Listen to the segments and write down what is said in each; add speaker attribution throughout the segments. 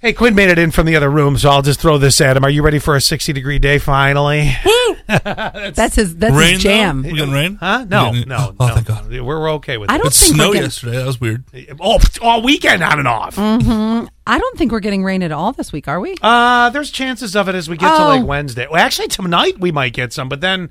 Speaker 1: Hey, Quinn made it in from the other room, so I'll just throw this at him. Are you ready for a 60 degree day finally?
Speaker 2: That's his. That's
Speaker 3: rain
Speaker 2: his jam.
Speaker 3: Though? We gonna rain?
Speaker 1: Huh? No,
Speaker 3: We gonna-
Speaker 1: no,
Speaker 3: Oh,
Speaker 1: no.
Speaker 3: thank God.
Speaker 1: We're, we're okay with
Speaker 2: I
Speaker 1: it.
Speaker 2: don't
Speaker 3: It
Speaker 2: think we're
Speaker 3: snowed
Speaker 2: getting,
Speaker 3: yesterday. That was weird.
Speaker 1: Oh, all weekend on and off.
Speaker 2: Mm. I don't think we're getting rain at all this week, are we?
Speaker 1: Uh, there's chances of it as we get to
Speaker 2: Oh.
Speaker 1: like Wednesday. Well, actually, tonight we might get some, but then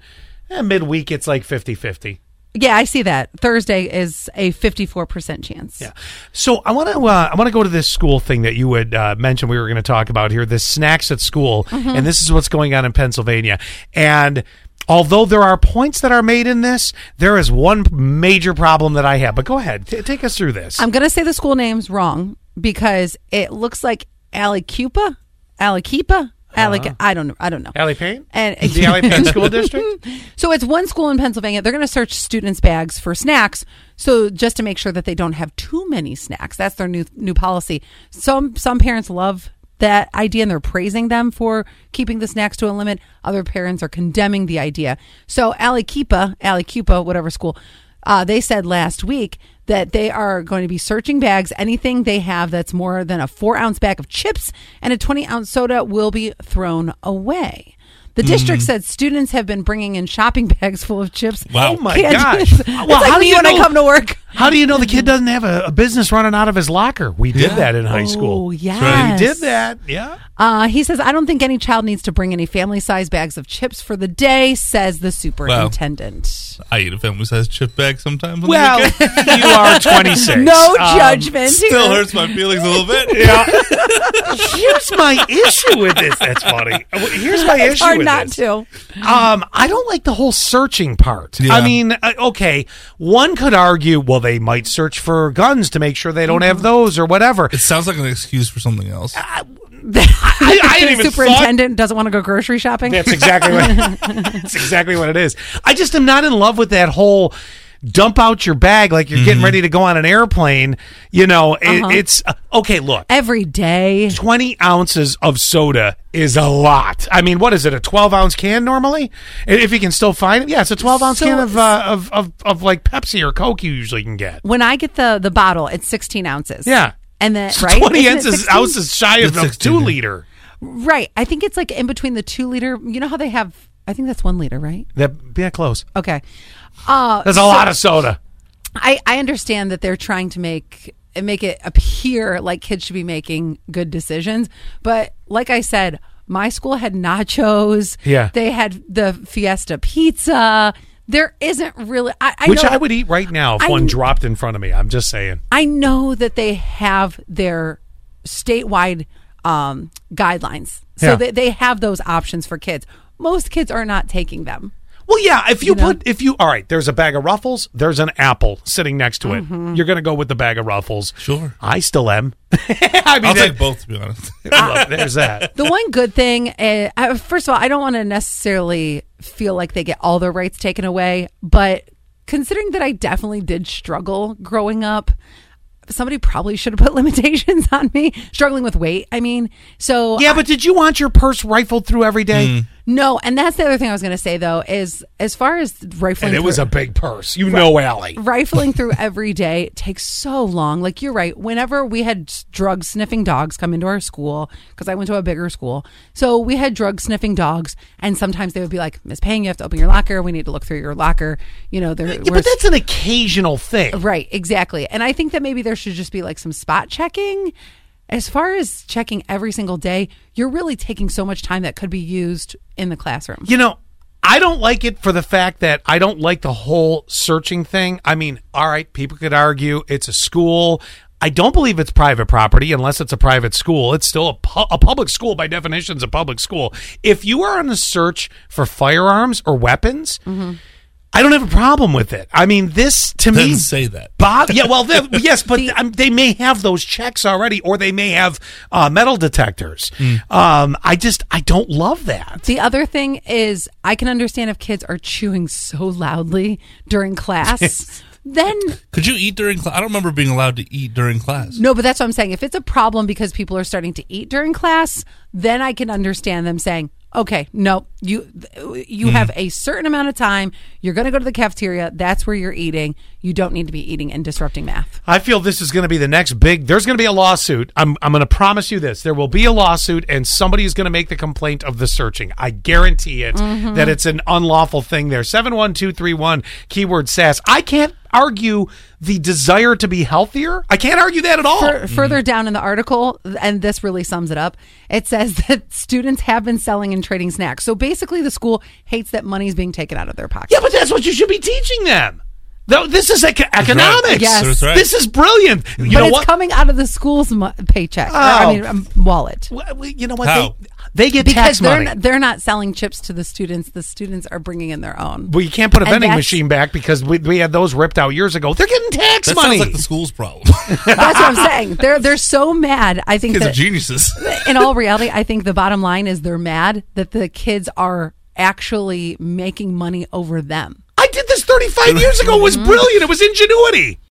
Speaker 1: eh, midweek it's like 50 50.
Speaker 2: Yeah, I see that. Thursday is a 54% chance.
Speaker 1: Yeah. So I want to uh, I want to go to this school thing that you had uh, mentioned we were going to talk about here, the snacks at school,
Speaker 2: Mm-hmm.
Speaker 1: and this is what's going on in Pennsylvania. And although there are points that are made in this, there is one major problem that I have. But go ahead, T- take us through this.
Speaker 2: I'm going to say the school name's wrong because it looks like Alicupa, Alicupa, Alic. I don't know. I don't know.
Speaker 1: Uh-huh. Alley Payne,
Speaker 2: And-
Speaker 1: the Alley Payne School District.
Speaker 2: Mm-hmm. So it's one school in Pennsylvania. They're going to search students' bags for snacks, so just to make sure that they don't have too many snacks. That's their new new policy. Some some parents love that idea and they're praising them for keeping the snacks to a limit. Other parents are condemning the idea. So Alicupa, Alicupa, whatever school, uh, they said last week that they are going to be searching bags. Anything they have that's more than a four ounce bag of chips and a 20 ounce soda will be thrown away. The district
Speaker 1: Mm.
Speaker 2: said students have been bringing in shopping bags full of chips.
Speaker 3: Wow.
Speaker 1: Oh my
Speaker 2: Can't-
Speaker 1: gosh!
Speaker 2: it's like me when I come to work.
Speaker 1: How do you know the kid
Speaker 2: Mm-hmm.
Speaker 1: doesn't have a, a business running out of his locker? We did
Speaker 3: Yeah.
Speaker 1: that in high school.
Speaker 2: Oh,
Speaker 1: We
Speaker 2: yes.
Speaker 1: did that. Yeah.
Speaker 2: Uh, he says, I don't think any child needs to bring any family size bags of chips for the day, says the superintendent.
Speaker 3: I eat a family sized chip bag sometimes. on the
Speaker 1: Well,
Speaker 3: weekend.
Speaker 1: you are 26.
Speaker 2: No
Speaker 1: Um,
Speaker 2: judgment.
Speaker 3: still
Speaker 2: here.
Speaker 3: hurts my feelings a little bit.
Speaker 1: Yeah. Here's my issue with this. That's funny. Here's my issue
Speaker 2: Hard
Speaker 1: with
Speaker 2: not
Speaker 1: this.
Speaker 2: to.
Speaker 1: Um, I don't like the whole searching part.
Speaker 3: Yeah.
Speaker 1: I mean, uh, okay, one could argue, well, they might search for guns to make sure they don't have those or whatever.
Speaker 3: It sounds like an excuse for something else.
Speaker 1: I, I
Speaker 2: The
Speaker 1: didn't even thought
Speaker 2: superintendent doesn't want to go grocery shopping.
Speaker 1: That's exactly what. that's exactly what it is. I just am not in love with that whole dump out your bag like you're getting ready to go on an airplane. You know, it, it's uh, okay. Look,
Speaker 2: Every day.
Speaker 1: 20 ounces of soda is a lot. I mean, what is it? A 12 ounce can normally? I- If you can still find it, yeah, it's a 12 ounce
Speaker 2: So-
Speaker 1: can of, uh, of of of like Pepsi or Coke. You usually can get.
Speaker 2: When I get the, the bottle, it's 16 ounces.
Speaker 1: Yeah.
Speaker 2: And then,
Speaker 1: So
Speaker 2: right?
Speaker 1: 20
Speaker 2: Isn't it
Speaker 1: ounces
Speaker 2: 16?
Speaker 1: ounces shy of
Speaker 3: It's
Speaker 1: the
Speaker 3: 16,
Speaker 1: two
Speaker 3: yeah.
Speaker 1: liter.
Speaker 2: Right. I think it's like in between the two liter. You know how they have, I think that's one liter, right?
Speaker 1: That yeah, close.
Speaker 2: Okay. Uh,
Speaker 1: That's a
Speaker 2: so-
Speaker 1: lot of soda.
Speaker 2: I, I understand that they're trying to make make it appear like kids should be making good decisions, but like I said, my school had nachos.
Speaker 1: Yeah.
Speaker 2: they had the Fiesta pizza. There isn't really. I, I
Speaker 1: Which
Speaker 2: know,
Speaker 1: I would eat right now if
Speaker 2: I-
Speaker 1: one dropped in front of me. I'm just saying.
Speaker 2: I know that they have their statewide um, guidelines, so
Speaker 1: Yeah.
Speaker 2: they, they have those options for kids. Most kids are not taking them.
Speaker 1: Well, yeah. If you,
Speaker 2: know?
Speaker 1: put, if you, all right. There's a bag of Ruffles. There's an apple sitting next to it.
Speaker 2: Mm-hmm.
Speaker 1: You're gonna go with the bag of Ruffles.
Speaker 3: Sure.
Speaker 1: I still am. I mean,
Speaker 3: I'll
Speaker 1: that-
Speaker 3: take both, to be honest.
Speaker 1: look, there's that.
Speaker 2: the one good thing, uh, I- first of all, I don't want to necessarily feel like they get all their rights taken away, but considering that I definitely did struggle growing up, somebody probably should have put limitations on me. Struggling with weight, I mean. So
Speaker 1: Yeah, but did you want your purse rifled through every day?
Speaker 2: no, and that's the other thing I was going to say though is as far as rifling,
Speaker 1: And it was
Speaker 2: through-
Speaker 1: a big purse. You know, Allie.
Speaker 2: rifling through every day takes so long. Like you're right. Whenever we had drug sniffing dogs come into our school, because I went to a bigger school, so we had drug sniffing dogs, and sometimes they would be like, "Miss Payne, you have to open your locker. We need to look through your locker." You know, they're
Speaker 1: Yeah,
Speaker 2: we're-
Speaker 1: but that's an occasional thing.
Speaker 2: right, exactly. And I think that maybe there should just be like some spot checking. As far as checking every single day, you're really taking so much time that could be used in the classroom.
Speaker 1: You know, I don't like it for the fact that I don't like the whole searching thing. I mean, all right, people could argue it's a school. I don't believe it's private property unless it's a private school. It's still a, pu- a public school by definition is a public school. If you are on a search for firearms or weapons, I don't have a problem with it. I mean, this to me
Speaker 3: Didn't say that.
Speaker 1: Bob, yeah, well, they- yes, but um, they may have those checks already, or they may have uh, metal detectors. Um, I just, I don't love that.
Speaker 2: The other thing is, I can understand if kids are chewing so loudly during class. then
Speaker 3: Could you eat during class? I don't remember being allowed to eat during class.
Speaker 2: no, but that's what I'm saying. If it's a problem because people are starting to eat during class, then I can understand them saying, okay, no, you you have a certain amount of time. You're going to go to the cafeteria. That's where you're eating. You don't need to be eating and disrupting math.
Speaker 1: I feel this is going to be the next big. There's going to be a lawsuit. I'm, I'm going to promise you this. There will be a lawsuit, and somebody is going to make the complaint of the searching. I guarantee it
Speaker 2: Mm-hmm.
Speaker 1: that it's an unlawful thing there. 71231, keyword SAS. I can't argue the desire to be healthier. I can't argue that at all.
Speaker 2: Fur- Further down in the article, and this really sums it up, it says that students have been selling and trading snacks. So basically, the school hates that money is being taken out of their pocket.
Speaker 1: yeah, but that's what you should be teaching them. Though This is eco- economics.
Speaker 2: Yes. That's
Speaker 3: right.
Speaker 1: This is brilliant. You
Speaker 2: but
Speaker 1: know
Speaker 2: it's
Speaker 1: what?
Speaker 2: coming out of the school's mo- paycheck. or, I
Speaker 1: Oh.
Speaker 2: mean, um, wallet.
Speaker 1: Well, we- you know what?
Speaker 3: How?
Speaker 1: They, they get
Speaker 2: Because
Speaker 1: tax
Speaker 2: they're
Speaker 1: money.
Speaker 2: Not, they're not selling chips to the students. The students are bringing in their own.
Speaker 1: Well, you can't put a
Speaker 2: And
Speaker 1: vending
Speaker 2: that's-
Speaker 1: machine back because we, we had those ripped out years ago. They're getting tax
Speaker 3: That
Speaker 1: money.
Speaker 3: sounds like the school's problem.
Speaker 2: That's what I'm saying. They're they're so mad. I think
Speaker 3: Kids are
Speaker 2: that
Speaker 3: geniuses.
Speaker 2: in all reality, I think the bottom line is they're mad that the kids are actually making money over them. Mm-hmm.
Speaker 1: I did this 35 years ago. It was brilliant. It was ingenuity.